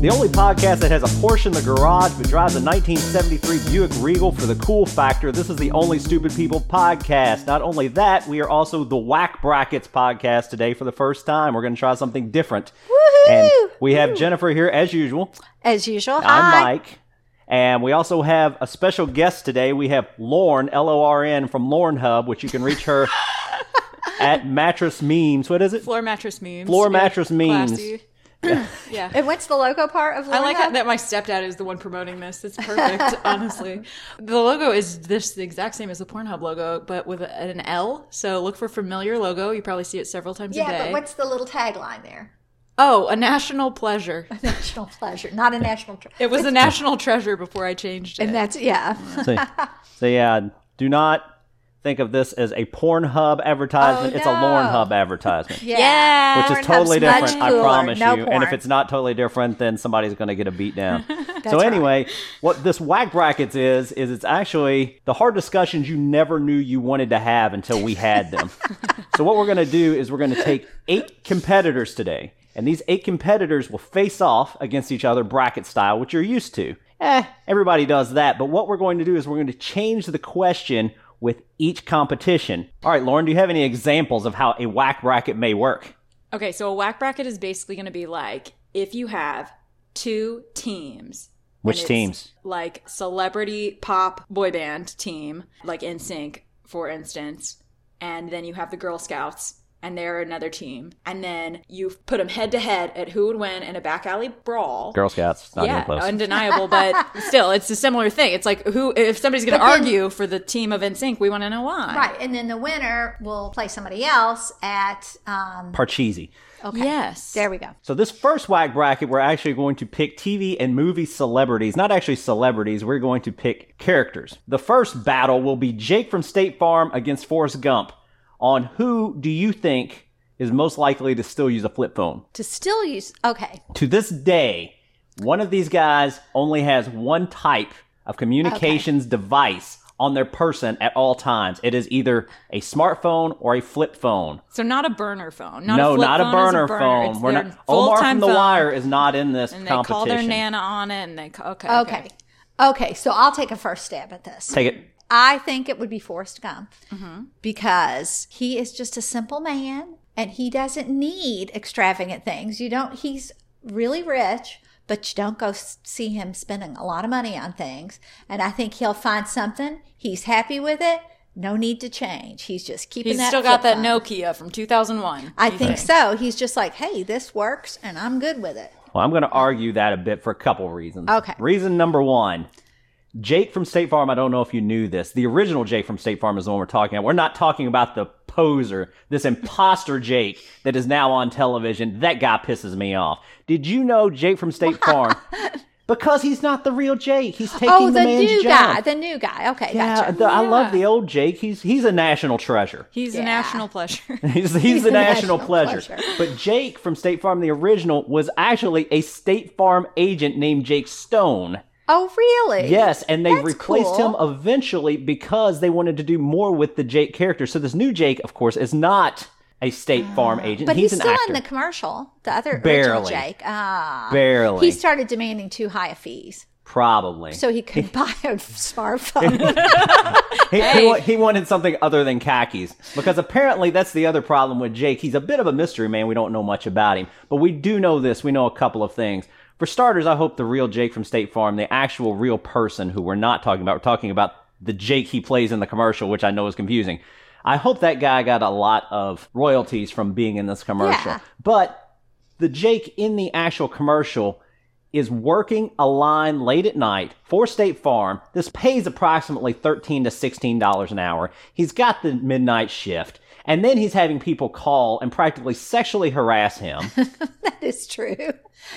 the only podcast that has a Porsche in the garage but drives a 1973 Buick Regal for the cool factor. This is the Only Stupid People podcast. Not only that, we are also the Whack Brackets podcast today for the first time. We're going to try something different. Woohoo! And we have Jennifer here as usual. As usual, hi. I'm Mike. And we also have a special guest today. We have Lorne, L O R N, from Lorne Hub, which you can reach her at Mattress Memes. What is it? Floor mattress memes. Floor Yeah. mattress memes. Classy. yeah. And what's the logo part of Lorna? I like how- that my stepdad is the one promoting this. It's perfect, honestly. The logo is this the exact same as the Pornhub logo, but with an L. So look for familiar logo. You probably see it several times a Yeah, day. but what's the little tagline there? oh, a national pleasure. National pleasure, not a national. Tre- It was a national treasure before I changed it. and that's yeah. so, so yeah, do not think of this as a Pornhub advertisement. Oh, it's a no. Lorne Hub advertisement. yeah, yeah. Which is Pornhub's totally much different, I cooler. promise No you. porn. And if it's not totally different, then somebody's going to get a beat down. so, right. anyway, what this whack brackets is, is it's actually the hard discussions you never knew you wanted to have until we had them. so, what we're going to do is we're going to take eight competitors today, and these eight competitors will face off against each other bracket style, which you're used to. Eh, everybody does that. But what we're going to do is we're going to change the question with each competition. All right, Lauren, do you have any examples of how a whack bracket may work? Okay, so a whack bracket is basically going to be like if you have two teams. Which and it's teams? Like celebrity pop boy band team, like NSYNC, for instance, and then you have the Girl Scouts, and they're another team, and then you put them head to head at who would win in a back alley brawl. Girl Scouts, not yeah, even close. undeniable, but still, it's a similar thing. It's like who if somebody's going to But then- argue for the team of NSYNC, we want to know why. right, and then the winner will play somebody else at. Um, Parcheesi. Yes. there we go. So this first whack bracket, we're actually going to pick TV and movie celebrities. Not actually celebrities. We're going to pick characters. The first battle will be Jake from State Farm against Forrest Gump. On who do you think is most likely to still use a flip phone? To still use okay, To this day, one of these guys only has one type of communications device on their person at all times. It is either a smartphone or a flip phone. So not a burner phone. Not no, a flip not a phone is burner, phone. It's We're their not. Omar from full-time The phone, Wire is not in this And they competition. call their nana on it, and they ca- okay, okay, okay. So I'll take a first stab at this. Take it. I think it would be Forrest Gump Mm-hmm. because he is just a simple man and he doesn't need extravagant things. You don't, he's really rich, but you don't go s- see him spending a lot of money on things. And I think he'll find something. He's happy with it. No need to change. He's just keeping He's that. still got flip phone. that Nokia from 2001. I think so. He's just like, hey, this works and I'm good with it. Well, I'm going to argue that a bit for a couple reasons. Okay. Reason number one Jake from State Farm, I don't know if you knew this. The original Jake from State Farm is the one we're talking about. We're not talking about the poser, this imposter Jake that is now on television. That guy pisses me off. Did you know Jake from State Farm? Because he's not the real Jake. He's taking Oh, the, the, man's new job. guy. The new guy. Okay, yeah, gotcha. the- I love the old Jake. He's he's a national treasure. He's Yeah. a national pleasure. He's, he's, the a national, national pleasure. pleasure. But Jake from State Farm, the original, was actually a State Farm agent named Jake Stone. Oh, really? Yes, and they That's replaced cool. him eventually because they wanted to do more with the Jake character. So this new Jake, of course, is not a State Farm agent. Ah. But he's, an still actor. in the commercial, the other original Barely. Jake. Ah, Barely. He started demanding too high a fees, Probably. so he could buy a smartphone. He, he, wa- he wanted something other than khakis because apparently that's the other problem with Jake. He's a bit of a mystery man. We don't know much about him, but we do know this. We know a couple of things. For starters, I hope the real Jake from State Farm, the actual real person who we're not talking about, we're talking about the Jake he plays in the commercial, which I know is confusing. I hope that guy got a lot of royalties from being in this commercial. Yeah. But the Jake in the actual commercial is working a line late at night for State Farm. This pays approximately thirteen to sixteen dollars an hour. He's got the midnight shift, and then he's having people call and practically sexually harass him. that is true.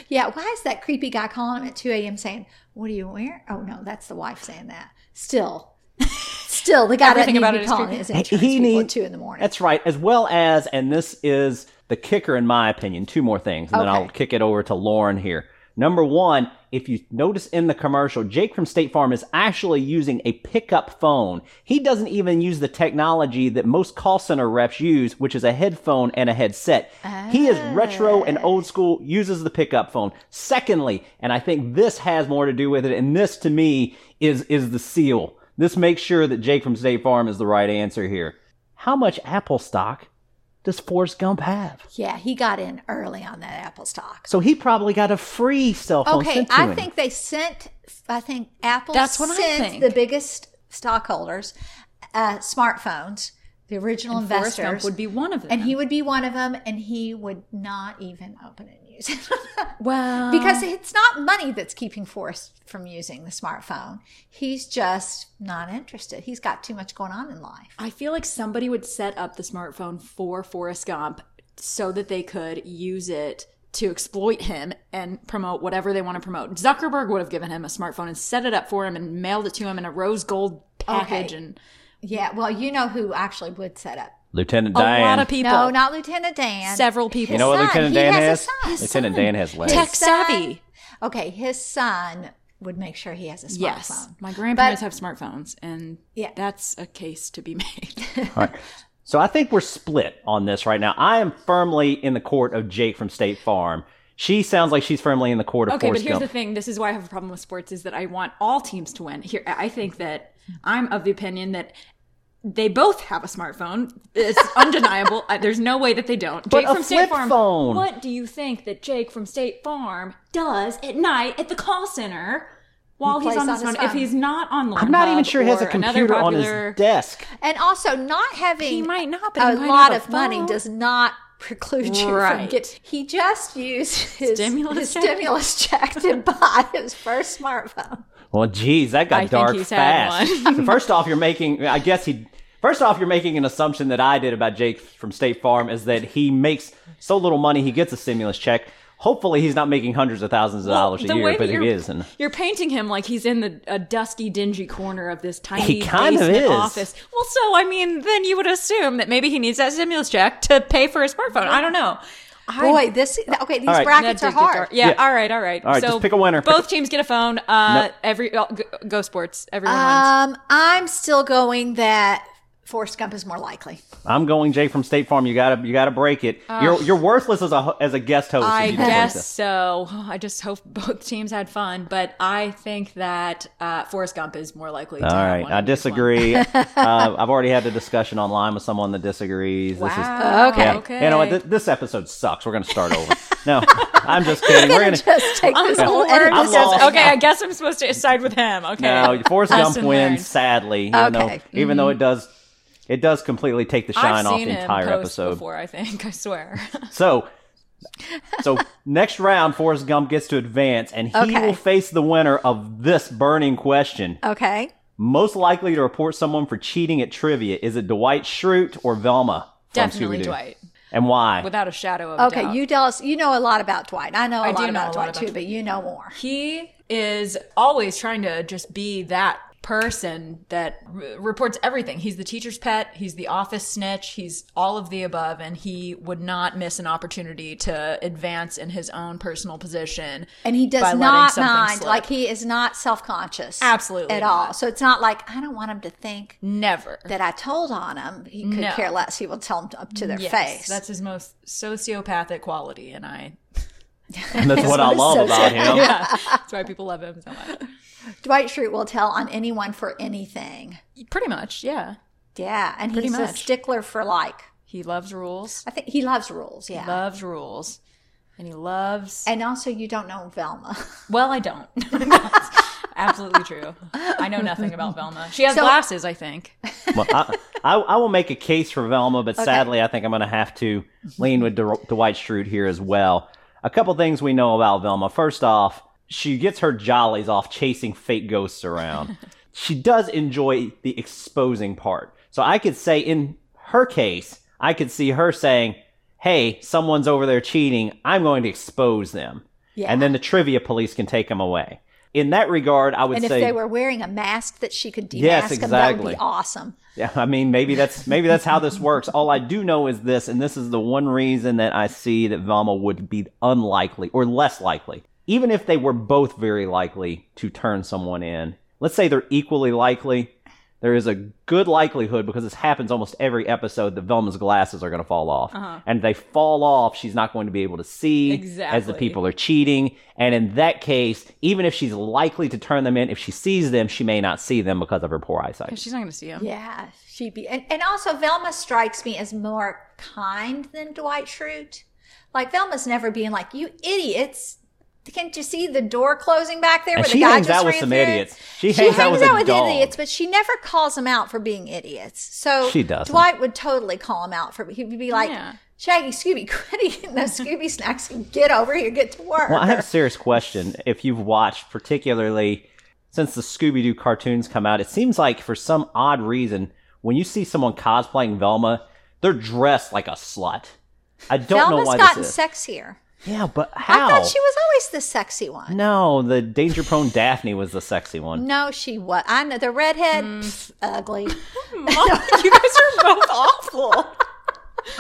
Yeah. Why is that creepy guy calling him at two a.m. saying, "What are you wearing?" Oh no, that's the wife saying that. Still, still, the guy Everything doesn't about need to it be is calling creepy. his He- insurance he people at need- two in the morning. That's right. As well as, and this is the kicker in my opinion. Two more things, and then Okay. I'll kick it over to Lauren here. Number one, if you notice in the commercial, Jake from State Farm is actually using a pickup phone. He doesn't even use the technology that most call center reps use, which is a headphone and a headset. He is retro and old school, uses the pickup phone. Secondly, and I think this has more to do with it, and this to me is is the seal. This makes sure that Jake from State Farm is the right answer here. How much Apple stock does Forrest Gump have? Yeah, he got in early on that Apple stock. So he probably got a free cell phone. Okay, sent to I him. think they sent. I think Apple That's what I sent think. the biggest stockholders uh, smartphones, the original Forrest investors, Gump would be one of them. and he would be one of them, and he would not even open and use it well because it's not money that's keeping Forrest from using the smartphone. He's just not interested. He's got too much going on in life. I feel like somebody would set up the smartphone for Forrest Gump so that they could use it to exploit him and promote whatever they want to promote. Zuckerberg would have given him a smartphone and set it up for him and mailed it to him in a rose gold package Okay. and Yeah, well, you know who actually would set up. Lieutenant a Diane. lot of people. No, not Lieutenant Dan. several people. You know what son. Lieutenant He Dan has a has? son. His Lieutenant Dan has legs. Tech son. savvy. Okay, his son would make sure he has a smartphone. Yes. My grandparents But- have smartphones and Yeah. that's a case to be made. All right. So I think we're split on this right now. I am firmly in the court of Jake from State Farm. She sounds like she's firmly in the court of Okay, Forrest but here's Gump. the thing. This is why I have a problem with sports is that I want all teams to win. Here, I I think that I'm of the opinion that they both have a smartphone. It's undeniable. I- There's no way that they don't. But Jake a from flip State Farm. phone. What do you think that Jake from State Farm does at night at the call center while plays he's on on his his phone? If phone. he's not on, I'm not even Pornhub sure he has a or another computer on popular- his desk. And also, not having He might not, but a he might lot have a of money phone. does not preclude you from Right. getting. He just used his Stimulus his check. stimulus check to buy his first smartphone. Well, geez, that got I think dark he's had fast. So first off, you're making. I guess he. First off, you're making an assumption that I did about Jake from State Farm is that he makes so little money he gets a stimulus check. Hopefully, he's not making hundreds of thousands of dollars a the way year, that but he you're- is. And You're painting him like he's in the a dusky, dingy corner of this tiny He kind of basement is. office. Well, so I mean, then you would assume that maybe he needs that stimulus check to pay for his smartphone. I don't know. Boy, this okay. These right. brackets That are did get hard. dark. Yeah, Yeah. All right. All right. All right, So just pick a winner. Pick Both teams get a phone. Uh, every oh, go, go sports. Everyone Um, wins. I'm still going that Forrest Gump is more likely. I'm going Jake from State Farm. You gotta, you gotta break it. you're, you're worthless as a ho- as a guest host. if Uh, I you don't break guess this. so. I just hope both teams had fun, but I think that uh, Forrest Gump is more likely. to All have right, won I at least one. disagree. uh, I've already had a discussion online with someone that disagrees. This is Wow. Okay. Yeah. You know what? Th- this episode sucks. We're going to start over. no, I'm just kidding. We're going to. Just take this whole edit I'm this lost. out. okay, I guess I'm supposed to side with him. Okay. No, Forrest Lesson Gump wins, learned. sadly. Even, though, Okay. even though it does. It does completely take the Mm-hmm. I've shine off seen the him entire post episode. before. I think I swear. So, so next round, Forrest Gump gets to advance, and he Okay. will face the winner of this burning question. Okay. Most likely to report someone for cheating at trivia is it Dwight Schrute or Velma? from Definitely Scooby-Doo? Dwight, And why? without a shadow of a Okay, doubt. you tell us. You know a lot about Dwight. I know a I lot do know about a lot Dwight about too, but you know more. he is always trying to just be that person that r- reports everything. He's the teacher's pet. He's the office snitch. He's all of the above, and he would not miss an opportunity to advance in his own personal position. And he by does letting not something mind. slip. Like he is not self conscious. Absolutely At all. not. So it's not like I don't want him to think never. that I told on him. He could No. care less. He will tell him up to their Yes, face. that's his most sociopathic quality, and I And that's what I That's love so about him. yeah, that's why people love him so much. Dwight Schrute will tell on anyone for anything. Pretty much, yeah. Yeah, and Pretty he's a much. stickler for like. He loves rules. I think he loves rules. Yeah. Loves rules. And he loves. and also, you don't know Velma. well, I don't. That's absolutely true. I know nothing about Velma. She has So- glasses, I think. Well, I, I, I will make a case for Velma, but sadly, I think I'm going to have to lean with Dw- Dwight Schrute here as well. A couple things we know about Velma. First off, she gets her jollies off chasing fake ghosts around. she does enjoy the exposing part. So I could say, in her case, I could see her saying, Hey, someone's over there cheating. I'm going to expose them. Yeah. And then the trivia police can take them away. In that regard, I would and if say they were wearing a mask that she could demask Yes, him, that would exactly. be awesome. Yeah, I mean, maybe that's maybe that's how this works. All I do know is this, and this is the one reason that I see that Velma would be unlikely or less likely. even if they were both very likely to turn someone in, let's say they're equally likely, there is a good likelihood because this happens almost every episode that Velma's glasses are going to fall off. Uh-huh. And if they fall off, she's not going to be able to see as the Exactly. people are cheating. And in that case, even if she's likely to turn them in, if she sees them, she may not see them because of her poor eyesight. She's not going to see him. Yeah, she'd be. And, and also, Velma strikes me as more kind than Dwight Schrute. Like, Velma's never being like, you idiots. Can't you see the door closing back there? And where she the guy hangs just out with ran some through?" idiots. She hangs out with a dog. idiots, but she never calls them out for being idiots. So She doesn't. Dwight would totally call him out for. He'd be like, Yeah. "Shaggy, Scooby, quit eating those Scooby snacks and get over here, get to work." Well, I have a serious question. If you've watched, particularly since the Scooby Doo cartoons come out, it seems like for some odd reason, when you see someone cosplaying Velma, they're dressed like a slut. I don't Velma's know why gotten this is. sexier. yeah, but I how? thought she was always the sexy one. no, the danger prone Daphne was the sexy one. No, she was. I know the redhead, Mm. pff, ugly. Mom, you guys are both awful.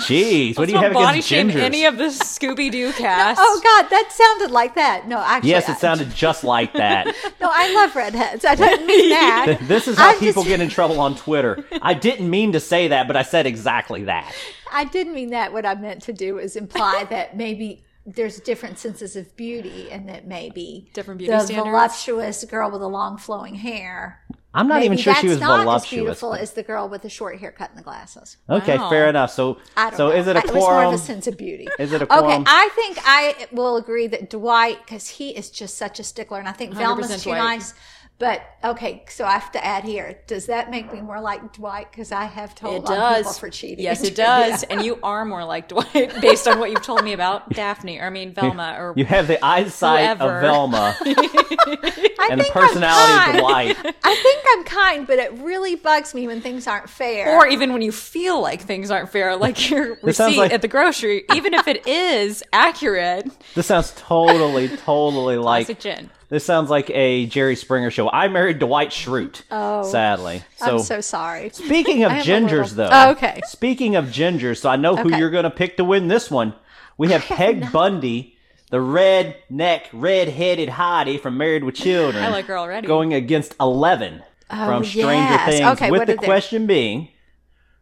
Jeez, what do you Don't have body against shame gingers? any of this Scooby Doo cast. Oh God, that sounded like that. No, actually, yes, I- it sounded just like that. No, I love redheads. I don't mean that. this is how I'm people just- get in trouble on Twitter. I didn't mean to say that, but I said exactly that. I didn't mean that. What I meant to do was imply that maybe there's different senses of beauty, and that maybe Different beauty the standards. voluptuous girl with the long flowing hair. I'm not maybe even sure that's she was not voluptuous. as beautiful but- as the girl with the short haircut and the glasses. Okay, Wow. fair enough. So, I don't so know. is it a It was more quorum? of a sense of beauty. Is it a Okay, quorum? I think I will agree that Dwight, because he is just such a stickler, and I think Velma's 100% too Dwight. nice. But okay, so I have to add here. Does that make me more like Dwight? Because I have told It on people does. for cheating. Yes, it does. And you are more like Dwight based on what you've told me about Daphne, or I mean Velma, or you have the eyesight Whoever. of Velma I and the think I'm personality kind. of Dwight. I think I'm kind, but it really bugs me when things aren't fair. or even when you feel like things aren't fair, like your sounds receipt like- at the grocery, even if it is accurate. This sounds totally, totally Like, like. gin. This sounds like a Jerry Springer show. I married Dwight Schrute, Oh. sadly. So, I'm so sorry. speking of am a gingers, little- though. Oh, okay. Speaking of gingers, so I know who Okay. you're going to pick to win this one. We have Peg Bundy, the red neck, red headed hottie from Married with Children. I like her already. going against 11 from Stranger Oh, yes. Things, Okay, with what the did they- question being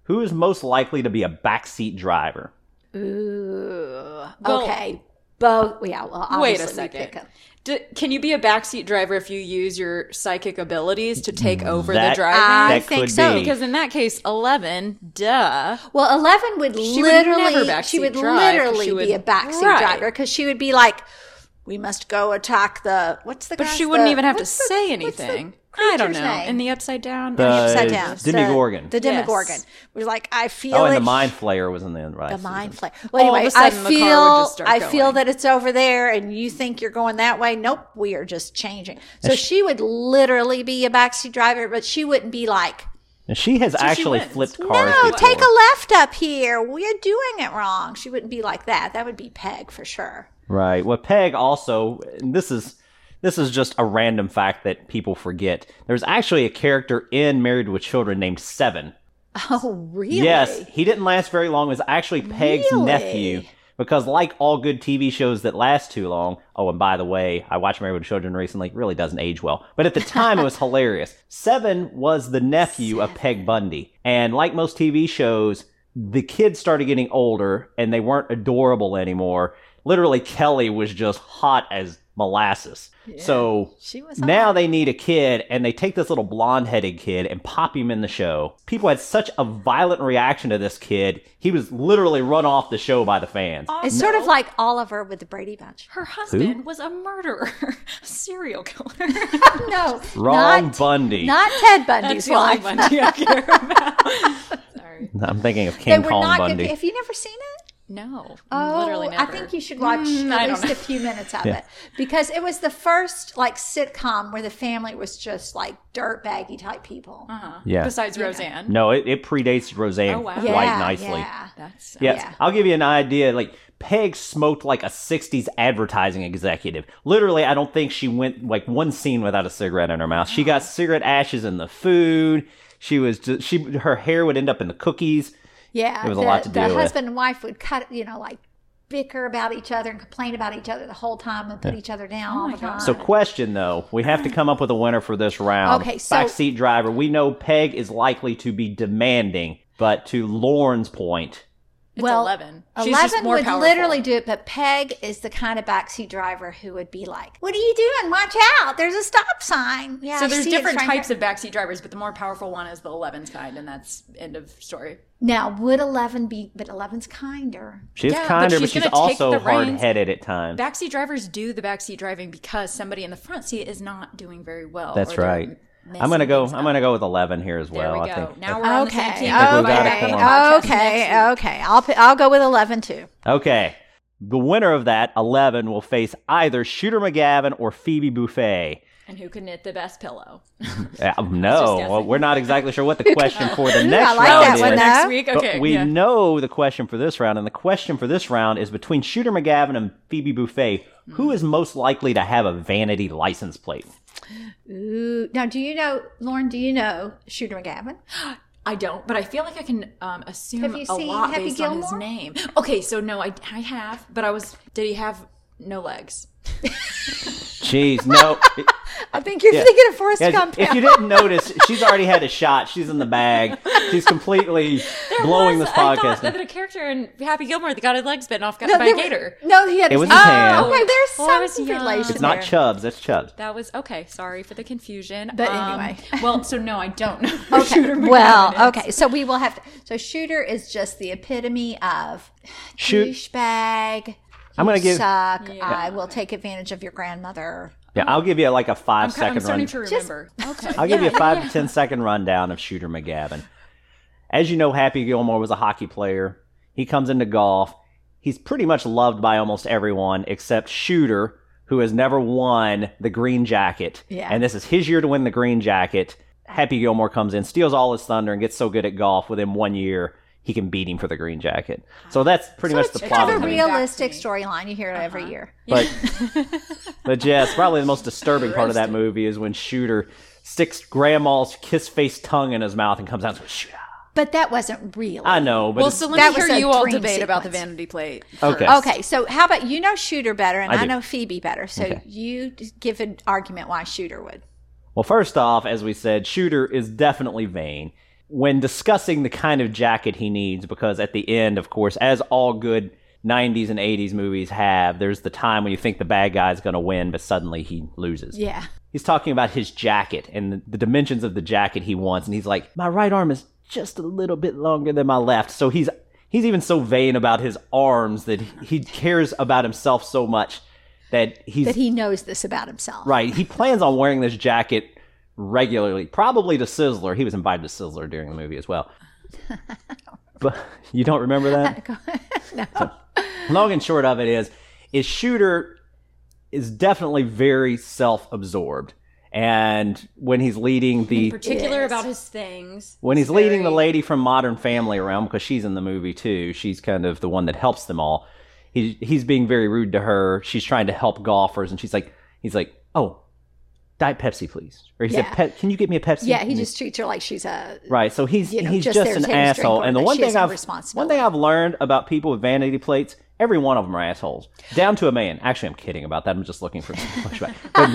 who is most likely to be a backseat driver? Ooh. Well- okay. Both. Yeah. Well, obviously Wait a We pick second. 'em. D- can you be a backseat driver if you use your psychic abilities to take over Mm, That- the driving? I that think could so, be. because in that case, eleven, duh. Well, Eleven would She would never literally, backseat she would drive. literally She would- be a backseat Right. driver because she would be like, "We must go attack the what's the But guy's- she wouldn't the- even have to what's the- say what's the anything. I don't creature's know. name? In the upside down, The- upside Uh, down Demogorgon. The, the Yes. Demogorgon was like, "I feel Oh, and it the Mind Flayer was in the right. the season. mind flare. Well, All of anyway, a sudden, I the car would feel just start I feel going. that it's over there, and you think you're going that way. Nope, we are just changing. So she would literally be a backseat driver, but she wouldn't be like, And she has actually wins. flipped "No, cars. before. take a left up here. We're doing it wrong." She wouldn't be like that. That would be Peg for sure. Right. Well, Peg also, and this is this is just a random fact that people forget. There's actually a character in Married with Children named Seven. Oh, really? Yes, he didn't last very long. It was actually Peg's Really? nephew. Because, like all good TV shows that last too long, oh, and by the way, I watched Married with Children recently. It really doesn't age well. But at the time, it was hilarious. Seven was the nephew of Peg Bundy. And like most TV shows, the kids started getting older and they weren't adorable anymore. Literally, Kelly was just hot as molasses. So She was now they need a kid, and they take this little blonde headed kid and pop him in the show. People had such a violent reaction to this kid. He was literally run off the show by the fans. It's sort of like Oliver with the Brady Bunch. her husband was a murderer, a serial killer. No, Wrong not, Bundy. not Ted Bundy's That's the only wife. Bundy I care about. Sorry. I'm thinking of They King were Kong not. Bundy. Good, have you never seen it? No, Oh, literally never. I think you should watch Mm, I at don't least know. a few minutes of Yeah. it because it was the first like sitcom where the family was just like dirt baggy type people. Uh-huh. Yeah. Besides Roseanne. no, it, it predates Roseanne Oh, wow. quite Yeah, nicely. Yeah. That's uh, Yes, Yeah. I'll give you an idea. Like Peg smoked like a '60s advertising executive. Literally, I don't think she went like one scene without a cigarette in her mouth. She Oh. got cigarette ashes in the food. She was just, she her hair would end up in the cookies. Yeah, It was a the, lot to the deal with. husband and wife would cut, you know, like bicker about each other and complain about each other the whole time and put each other Oh down all the time. So, question though, we have to come up with a winner for this round. Okay, so- backseat driver. We know Peg is likely to be demanding, but to Lauren's point, It's Well, 11. She's Eleven just more would powerful. literally do it, but Peg is the kind of backseat driver who would be like, "What are you doing? Watch out! There's a stop sign." Yeah. So there's different types of backseat drivers, but the more powerful one is the 11's kind, and that's end of story. Now, would Eleven be? But Eleven's kinder. she's Yeah, but kinder, but she's she's, gonna take the also hard reins. headed at times. Backseat drivers do the backseat driving because somebody in the front seat is not doing very well. That's or they're right. messing I'm gonna go. things I'm up. gonna go with 11 here as There well. we go. I think. now we're on the same Okay. team. I think we got it Okay. for Podcast next week. Okay. Okay. I'll p- I'll go with Eleven too. Okay. The winner of that 11 will face either Shooter McGavin or Phoebe Buffet. And who can knit the best pillow? Uh, no, guessing. well, we're not exactly sure what the question for the next I like round that is. one, though. next week. But Okay. we yeah. know the question for this round, and the question for this round is between Shooter McGavin and Phoebe Buffet, who is most likely to have a vanity license plate? Ooh. Now, do you know Lauren? Do you know Shooter McGavin? I don't, but I feel like I can um, assume Have you a seen lot Happy based on his Gilmore? name. Okay, so no, I, I have, but I was. Did he have no legs? Jeez, no. I think you're Yeah. thinking of Forrest As- Gump. if you didn't notice, she's already had a shot. She's in the bag. She's completely blowing Was- this I podcast. thought that the character in Happy Gilmore that got his legs bitten off got No, by they a were- gator. No, he had. It was his oh, hand. okay. There's Well, I was some young. relation. it's not there. Chubbs. That's Chubbs. That was okay. Sorry for the confusion. But Um, anyway. well, so no, I don't know. who Okay. Shooter McGavin is. Well, okay. So we will have to. So Shooter is just the epitome of Shoot. douchebag. You I'm gonna give- suck. I will take advantage of your grandmother. Yeah, I'll give you like a five I'm, kind- I'm second starting run. to remember. okay. I'll give you a five to ten second rundown of Shooter McGavin. As you know, Happy Gilmore was a hockey player. He comes into golf. He's pretty much loved by almost everyone except Shooter, who has never won the green jacket. Yeah. And this is his year to win the green jacket. Happy Gilmore comes in, steals all his thunder, and gets so good at golf within one year, he can beat him for the green jacket. So that's pretty much the it's plot. Kind of of the a movie. Coming back to realistic me. storyline. You hear it every year. But but yes, probably the most disturbing part of that movie is when Shooter sticks Grandma's kiss face tongue in his mouth and comes out and says, "Shoot." But that wasn't real. I know, but Well, it's- so That let me was hear a you all dream debate about the sequence. vanity plate. Okay. first. Okay, so how about you know Shooter better and I I, do. know Phoebe better. So you just give an argument why Shooter would. well, first off, as we said, Shooter is definitely vain when discussing the kind of jacket he needs because at the end, of course, as all good 90s and 80s movies have, there's the time when you think the bad guy's going to win, but suddenly he loses. Yeah. He's talking about his jacket and the- the dimensions of the jacket he wants, and he's like, "My right arm is just a little bit longer than my left." So he's he's even so vain about his arms that he cares about himself so much that he's That he knows this about himself. right. He plans on wearing this jacket regularly, probably to Sizzler. He was invited to Sizzler during the movie as well. but you don't remember that? no. long and short of it is is shooter is definitely very self-absorbed and when he's leading the Particular Yes. about his things. when he's It's very- leading the lady from modern family around because she's in the movie too she's kind of the one that helps them all he, he's being very rude to her she's trying to help golfers and she's like he's like oh diet pepsi please or he said Yeah. Pep can you get me a pepsi Yeah, he And just treats her like she's a Right. So he's you know, he's just, just there an to take his drink asshole. or And the that one she thing has no I've one responsibility. thing I've learned about people with vanity plates, every one of them are assholes, down to a man. Actually, I'm kidding about that. I'm just looking for some pushback. But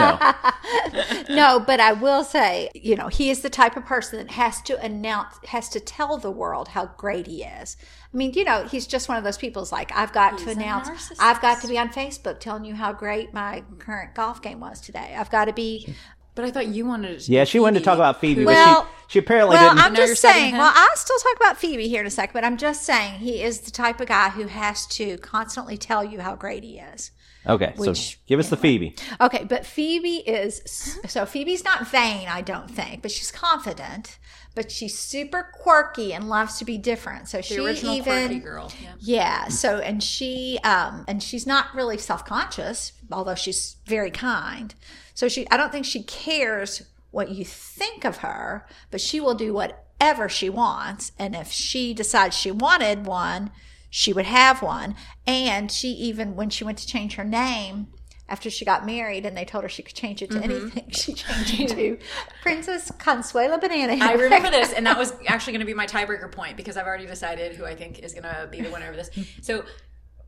no, No, but I will say, you know, he is the type of person that has to announce, has to tell the world how great he is. I mean, you know, he's just one of those people. who's like, I've got to a announce, narcissist. I've got to be on Facebook telling you how great my current golf game was today. I've got to be. But I thought you wanted to. yeah, she wanted to talk about Phoebe, Well- but she, she apparently Well, didn't. I'm you're just second saying. hand. Well, I still talk about Phoebe here in a second, but I'm just saying he is the type of guy who has to constantly tell you how great he is. okay, so which- give us the Phoebe. Okay, but Phoebe is so Phoebe's not vain, I don't think, but she's confident, but she's super quirky and loves to be different. So she The original even quirky girl. Yeah. yeah, so and she um and she's not really self-conscious, although she's very kind. So she I don't think she cares what you think of her, but she will do whatever she wants and if she decides she wanted one, she would have one. And she even when she went to change her name after she got married and they told her she could change it to Mm-hmm. anything, she changed it to Princess Consuela Banana. I remember this, and that was actually going to be my tiebreaker point because I've already decided who I think is going to be the winner of this. So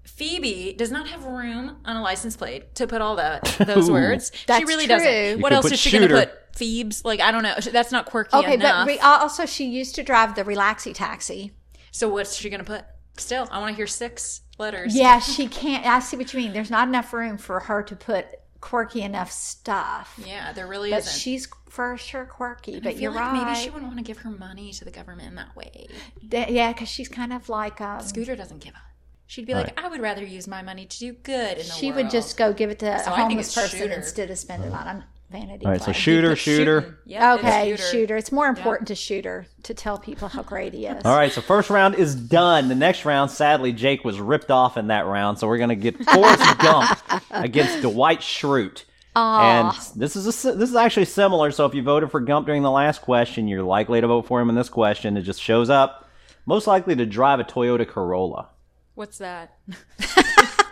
Phoebe does not have room on a license plate to put all the those words. she That's really true. doesn't. You What could else put is she going to shooter. put? Phoebes? Like I don't know. That's not quirky Okay, enough. but re- also she used to drive the Relaxi taxi. so what's she going to put? Still, I want to hear six letters. Yeah, she can't. I see what you mean. There's not enough room for her to put quirky enough stuff. Yeah, there really But isn't. she's for sure quirky. I But feel you're like right. Maybe she wouldn't want to give her money to the government in that way. Th- yeah, because she's kind of like um, Scooter doesn't give up. She'd be like, Right. I would rather use my money to do good in the she world. would just go give it to So a I think homeless it's person shooter. instead of spending it on vanity. All right, so play. shooter, Put shooter. shooting. Yeah, it's Okay, shooter. shooter. It's more important to shooter to tell people how great he is. All right, so first round is done. The next round, sadly, Jake was ripped off in that round, so we're gonna get Forrest Gump against Dwight Schrute. And this is a, si- this is actually similar. So if you voted for Gump during the last question, you're likely to vote for him in this question. It just shows up, most likely to drive a Toyota Corolla. What's that?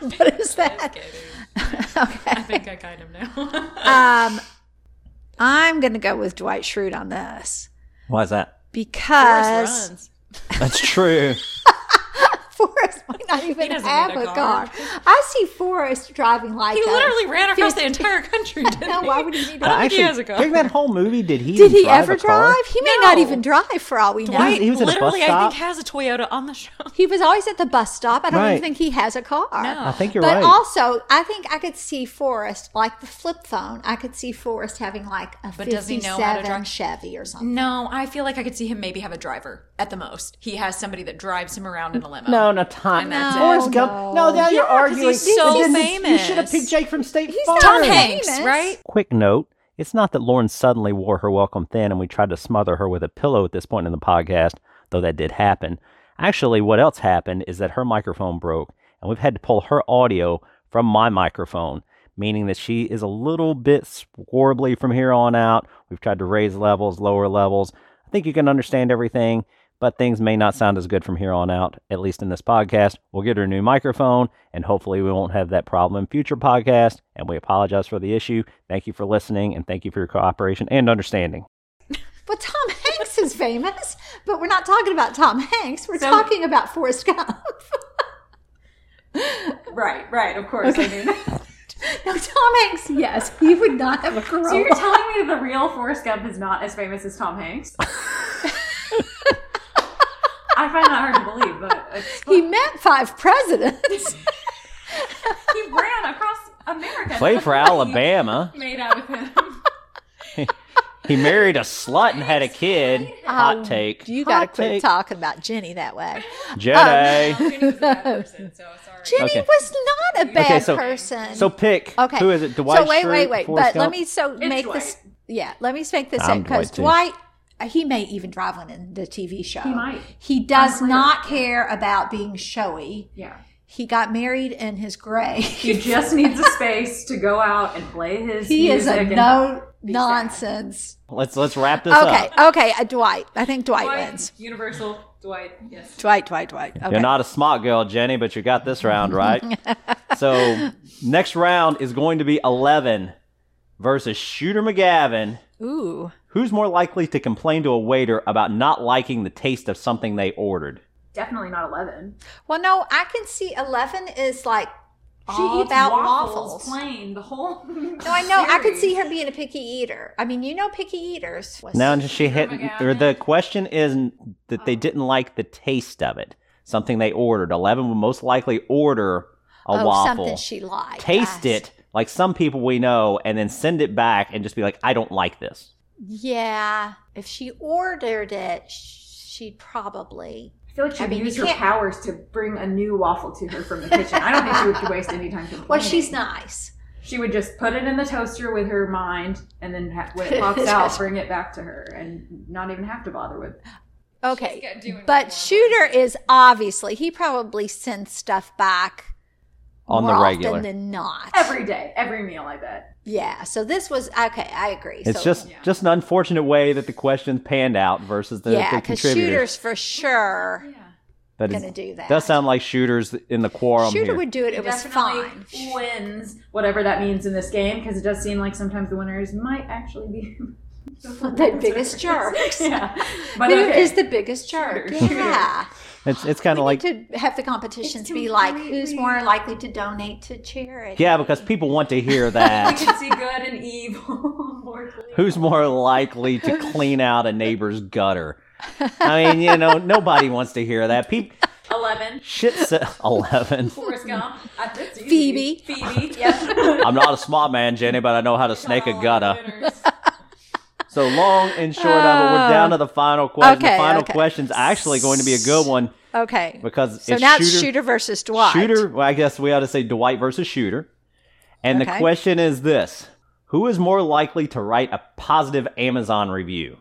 What is that? I think I kind of know. Um, I'm going to go with Dwight Schrute on this Why is that? because That's true. Forrest might not even doesn't have need a a car. car. I see Forrest driving like He a- literally ran across the 50 entire country, didn't No, he? why would he need But a I- think he actually, has a car. during that whole movie, did he? Did even he ever a car? drive? He may not No. even drive for all we know. Dwight- he was at a literally, bus I stop. think, has a Toyota on the show. He was always at the bus stop. I don't Right. even think he has a car. No. I think you're but right. also, I think I could see Forrest, like the flip phone, I could see Forrest having like a But 57 does he know how to drive? Chevy or something. No, I feel like I could see him maybe have a driver at the most. He has somebody that drives him around in a limo. No, no, Tom. And that's it. Forrest Gump. No. No, now you're Oh. 'cause arguing. he's so You didn't- You famous. should have picked Jake from State He's Farm. not Tom Famous. Hanks, right? Quick note. It's not that Lauren suddenly wore her welcome thin and we tried to smother her with a pillow at this point in the podcast, though that did happen. Actually, what else happened is that her microphone broke and we've had to pull her audio from my microphone, meaning that she is a little bit squarbly from here on out. We've tried to raise levels, lower levels. I think you can understand everything, but things may not sound as good from here on out, at least in this podcast. We'll get her a new microphone, and hopefully, we won't have that problem in future podcasts. And we apologize for the issue. Thank you for listening, and thank you for your cooperation and understanding. But Tom Hanks is famous, but we're not talking about Tom Hanks. We're talking about Forrest Gump. Right, right, of course. I mean, no, Tom Hanks, yes, he would not have a Corolla. telling me that the real Forrest Gump is not as famous as Tom Hanks? I find that hard to believe, but it's, he met five presidents. he ran across America. Played for Alabama. Made out with him. He married a slut and had a kid. Hot take. Um, you got to Hot quit Um, take. talking about Jenny that way. Jedi. Jenny Okay. was not a bad Okay, so- person. So pick. Okay. Who is it? Dwight So wait, Schrute, wait, wait. Forrest but let Gump? me so make Dwight. this. Yeah, let me make this I'm because Dwight, too. Dwight, uh, he may even drive one in the TV show. He might. He does not care about being showy. Yeah. He got married in his grave. He just needs a space to go out and play his He is a music and- no nonsense. Let's let's wrap this Okay, up. okay. Uh, Dwight, I think Dwight, wins. Universal Dwight. Yes. Dwight, Dwight, Dwight. Okay. You're not a smart girl, Jenny, but you got this round right. so next round is going to be eleven versus Shooter McGavin. Ooh, Who's more likely to complain to a waiter about not liking the taste of something they ordered? Definitely not 11. well, no, I can see eleven is like She all eats about waffles, waffles. plain the whole. No, I know. I could see her being a picky eater. I mean, you know, picky eaters. Now she hit, McGavin. or the question is that they didn't like the taste of it. Something they ordered. Eleven would most likely order a oh, waffle. something she liked. taste I- it like some people we know and then send it back and just be like i don't like this Yeah, if she ordered it, sh- she'd probably. I feel like she'd I mean, you use her can't- powers to bring a new waffle to her from the kitchen. I don't think she would waste any time complaining. Well, she's nice. She would just put it in the toaster with her mind, and then ha- when it pops out, bring it back to her, and not even have to bother with. Okay, but shooter is obviously he probably sends stuff back on more the regular often than not. Every day, every meal, I bet. yeah, so this was okay. I agree. it's so, just just an unfortunate way that the questions panned out versus the, yeah, the because contributors shooters for sure that gonna is, do that. does sound like shooters in the quorum shooter here. would do it. It was fine. Definitely wins whatever that means in this game because it does seem like sometimes the winners might actually be the biggest jerk. yeah. But Who is okay. the biggest jerk? Sure, sure. Yeah. It's it's kind of Like, like to have the competitions be like, who's more likely to donate to charity? yeah, because people want to hear we that. can see good and evil more clearly. Who's more likely to clean out a neighbor's gutter? I mean, you know, nobody wants to hear that. People Eleven. shit sa- eleven. Forrest Gump. I, that's easy. Phoebe. Phoebe. Yep. I'm not a smart man, Jenny, but I know how to snake a All gutter. winners. So long and short of it, we're down to the final question. the Okay, final okay. question's actually going to be a good one Okay. because so it's now shooter, it's shooter versus Dwight. Shooter, well, I guess we ought to say Dwight versus Shooter. And the Okay. question is this Who is more likely to write a positive Amazon review?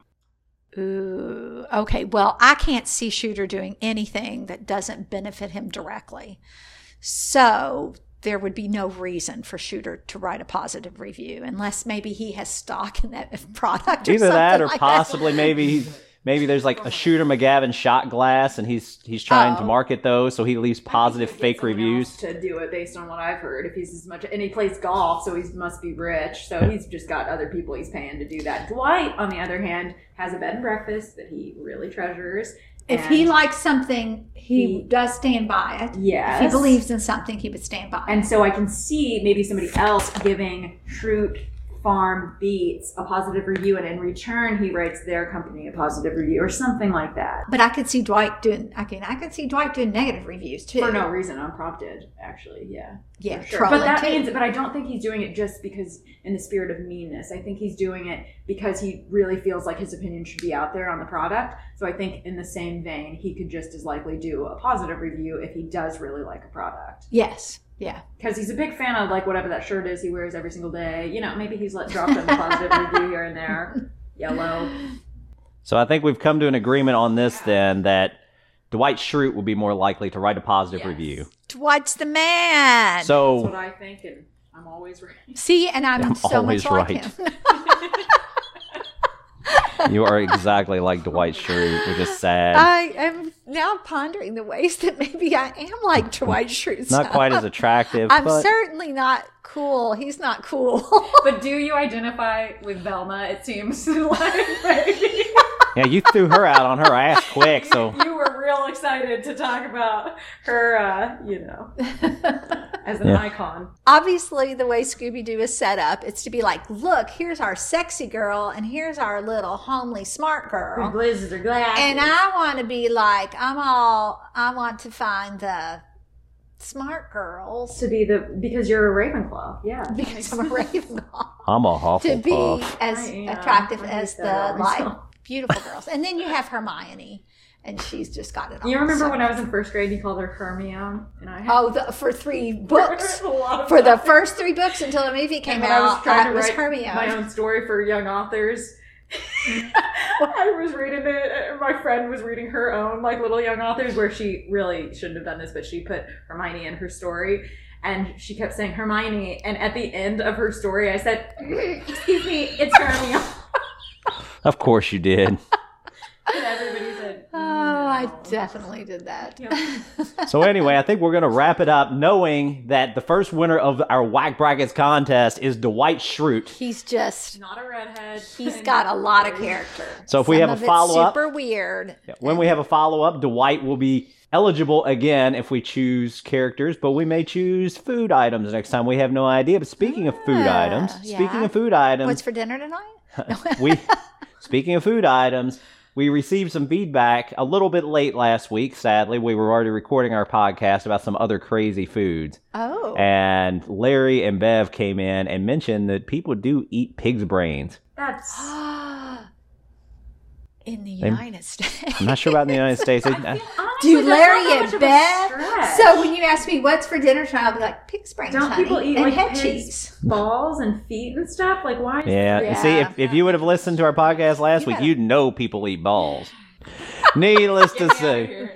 Ooh, okay. Well, I can't see Shooter doing anything that doesn't benefit him directly. So there would be no reason for Shooter to write a positive review unless maybe he has stock in that product. Or Either that something or like possibly maybe maybe there's like a Shooter McGavin shot glass and he's he's trying to Oh. market those so he leaves positive Get fake someone else reviews. to do it based on what I've heard. If he's as much and he plays golf, so he must be rich. So he's just got other people he's paying to do that. Dwight, on the other hand, has a bed and breakfast that he really treasures. If he and- likes something, he, He- does stand by it. yes, If he believes in something, he would stand by it. and so I can see maybe somebody else giving Shroot Farm Beats a positive review, and in return, he writes their company a positive review or something like that But I could see Dwight doing. I can. I could see Dwight doing negative reviews too. for no reason, unprompted. Actually, yeah. yeah, For sure. trolling But that too. means, but I don't think he's doing it just because in the spirit of meanness. I think he's doing it because he really feels like his opinion should be out there on the product. So I think in the same vein, he could just as likely do a positive review if he does really like a product. yes, yeah. Because he's a big fan of like whatever that shirt is he wears every single day. You know, maybe he's let dropped in a positive review here and there. Yellow. So I think we've come to an agreement on this then that Dwight Schrute will be more likely to write a positive Yes. review. Dwight's the man. That's what So I think, and I'm always right. See, and I'm, I'm so always much like right. him. you are exactly like Dwight Schrute, which is sad. I am now pondering the ways that maybe I am like Dwight Schrute. not quite as attractive. I'm but certainly not cool. He's not cool. But do you identify with Velma? It seems like maybe. yeah, you threw her out on her ass quick. So you were real excited to talk about her, uh, you know, as an Yeah. icon. Obviously, the way Scooby Doo is set up, it's to be like, look, here's our sexy girl, and here's our little homely smart girl. glazes are glass. And I want to be like, I'm all, I want to find the smart girls to be the because you're a Ravenclaw, yeah. because I'm a Ravenclaw. I'm a to Hufflepuff. be as I am. attractive I as hate the that about like myself. beautiful girls. And then you have Hermione, and she's just got it. You all, remember so- when I was in first grade, you called her Hermione, and I had Oh, the, for three books, a lot of for the fun. first three books until the movie came And when I was out, trying to it was write Hermione. my own story for young authors. I was reading it, and my friend was reading her own, like little young authors, where she really shouldn't have done this, but she put Hermione in her story, and she kept saying Hermione, and at the end of her story, I said, "Excuse me, it's Hermione." of course you did. And everybody said, oh, I definitely did that. So anyway, I think we're gonna wrap it up, knowing that the first winner of our Whack Brackets contest is Dwight Schrute. He's just. "Not a redhead." He's got a lot of character. So if we Some have a of it's follow up, super weird. when we have a follow up, Dwight will be eligible again if we choose characters, but we may choose food items next time. We have no idea. But speaking of food Ah, items, speaking yeah. of food items, What's Oh, for dinner tonight? we speaking of food items we received some feedback a little bit late last week sadly we were already recording our podcast about some other crazy foods Oh, and larry and bev came in and mentioned that people do eat pig's brains That's. in the United States. i'm not sure about in the united states It- I feel, honestly, Do that's not Larry that and much of a Bev? stretch. So when you ask me what's for dinner tonight, I'll be like pig's brains, Don't honey, people eat and like head pig's cheese. balls and feet and stuff? Like why? Is yeah. and see if, if you would have listened to our podcast last week Yeah. you'd know people eat balls needless to say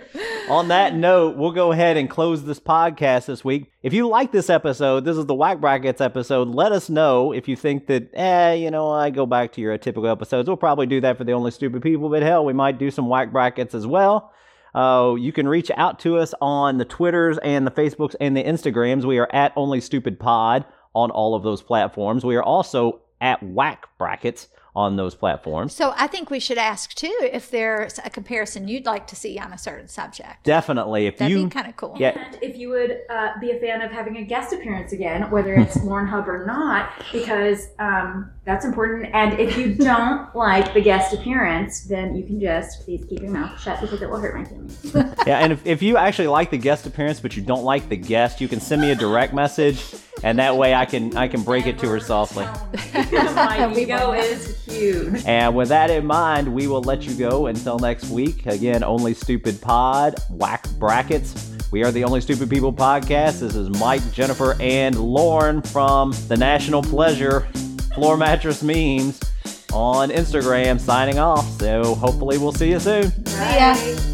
On that note, we'll go ahead and close this podcast this week. If you like this episode, this is the Whack Brackets episode. Let us know if you think that, eh, you know, I go back to your typical episodes. We'll probably do that for the only stupid people, but hell, we might do some Whack Brackets as well. Uh, you can reach out to us on the Twitters and the Facebooks and the Instagrams. We are at Only Stupid Pod on all of those platforms. We are also at Whack Brackets on those platforms. So I think we should ask too if there's a comparison you'd like to see on a certain subject. Definitely, if That'd you be kind of cool. yeah, And if you would uh, be a fan of having a guest appearance again, whether it's Lauren Hub or not, because um, that's important. And if you don't like the guest appearance, then you can just please keep your mouth shut because it will hurt my feelings. yeah, and if, if you actually like the guest appearance but you don't like the guest, you can send me a direct message, and that way I can I can break it to her softly. my We ego won't. is huge. And with that in mind, we will let you go until next week. Again, Only Stupid Pod, Whack Brackets. We are the Only Stupid People podcast. This is Mike, Jennifer, and Lauren from the National Pleasure Floor Mattress Memes on Instagram signing off. So hopefully we'll see you soon. Yeah. Bye.